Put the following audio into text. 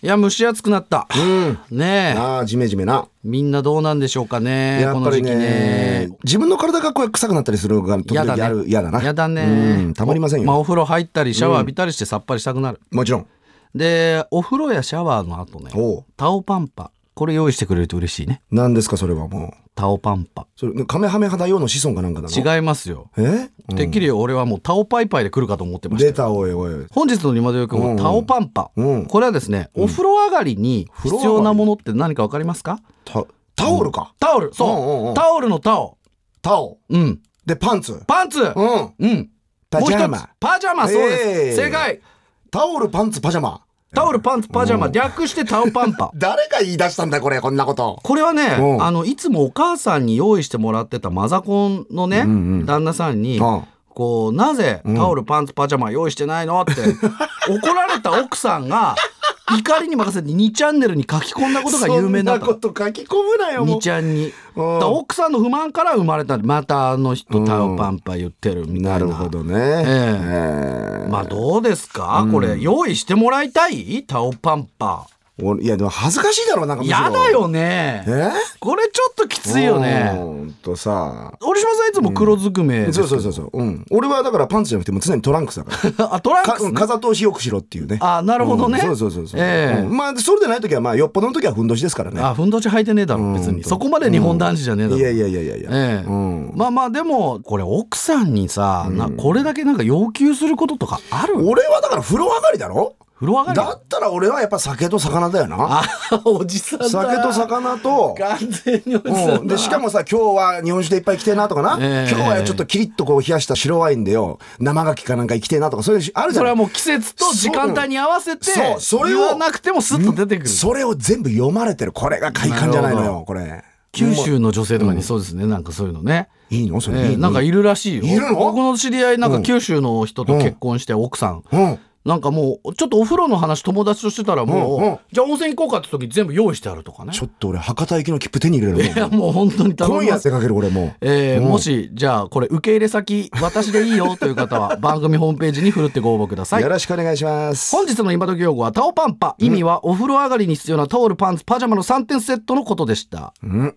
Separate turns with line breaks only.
いや蒸し暑くなった、ねえ
ああ、ジメジメな。
みんなどうなんでしょうかね
や
こ
っぱ
の
り
時期
ね
ね
自分の体がこう臭くなったりするのが時
や
々
だね
ある。嫌だな。
やだね
うん、たまりません
おまあ、
よ。
お風呂入ったりシャワー浴びたりしてさっぱりしたくなる、
もちろん。
でお風呂やシャワーの後ね
おう
タオパンパこれ用意してくれると嬉しいね
何ですか、それはもう。
タオパンパ
それ、カメハメ肌用の子孫かなんかだな。う。
違いますよ
え、うん
てっきり俺はもうタオパイパイで来るかと思ってました
出た、おいおい。
本日のリマドヨ君
うんう
は
ん
タオパンパ、
うん
これはですねお風呂上がりに必要なものって何か分かりますか
タタオルか。
タオルそう、
うんうんうん
タオルのタオ
タオ。
うん
で、パンツ。
パンツ
うん。
うん
パジャ
もう一つ
マ。
パジャマそうです、
ええ
正解
タオル、パンツ、パジャマ。
タオルパンツパジャマ
うん
略してタオパンパ
誰が言い出したんだ、これ、こんなこと。
これはね
うん
あのいつもお母さんに用意してもらってたマザコンのね、
うんうん
旦那さんに、
うん
こうなぜタオルパンツパジャマ用意してないのって怒られた奥さんが怒りに任せて2チャンネルに書き込んだことが有名だっ
そ
た
んなこと書き込むなよ、も
2
う。
ちゃんにだ
うん
から奥さんの不満から生まれたんでまたあの人タオパンパ言ってるみたいな
なるほどね。ええ
まあどうですか、これ用意してもらいたいタオパンパ
俺いやでも恥ずかしいだろうなんかむしろ
やだよね
えー
これちょっときついよね
ほんとさ
折島さんいつも黒ずくめです
そうそうそうそう、うん、俺はだからパンツじゃなくてもう常にトランクスだから
あトラン
か
クス
うん風通しよくしろっていうね
あなるほどね
うんそうそうそうそう、
ええ
うんまあそれでない時はまあよっぽどの時はふんどしですからね
あふんどし履いてねえだろ別にそこまで日本男子じゃねえだろ
いやいやいやいやいや、
ええ
うん
まあまあでもこれ奥さんにさ、なこれだけなんか要求することとかある
俺はだから風呂上がりだろ
風呂上がり
だったら俺はやっぱ酒と魚だよな
あおじさんだ
酒と魚と
完全におじさ
うんん、
だ
でしかもさ今日は日本酒でいっぱい来てえなとかな、
ええ
今日はちょっとキリッとこう冷やした白ワインでよ生牡蠣かなんか生きてえなとかそういうしあるじ
そ
ゃ
れ
ない
はもう季節と時間帯に合わせて
そうそうそれを
言わなくてもスッと出てくる
それを全部読まれてるこれが快感じゃないの
なる
よこれ
九州の女性とかにそうですね、なんかそういうのね、
いいのそれ、
え
いい
ー
の
なんかいるらしいよ
いるの
僕の知り合いなんか九州の人と結婚して奥さん、
うん
なんかもうちょっとお風呂の話友達としてたらもう、
うんうん
じゃあ温泉行こうかって時全部用意してあるとかね
ちょっと俺博多行きの切符手に入れる
いや
の
もう本当に頼みま
今
す
夜出かける俺もう
えー
うん
もしじゃあこれ受け入れ先私でいいよという方 は番組ホームページにふるってご応募ください
よろしくお願いします
本日の今時用語はタオパンパ意味はお風呂上がりに必要なタオルパンツパジャマの3点セットのことでした
うん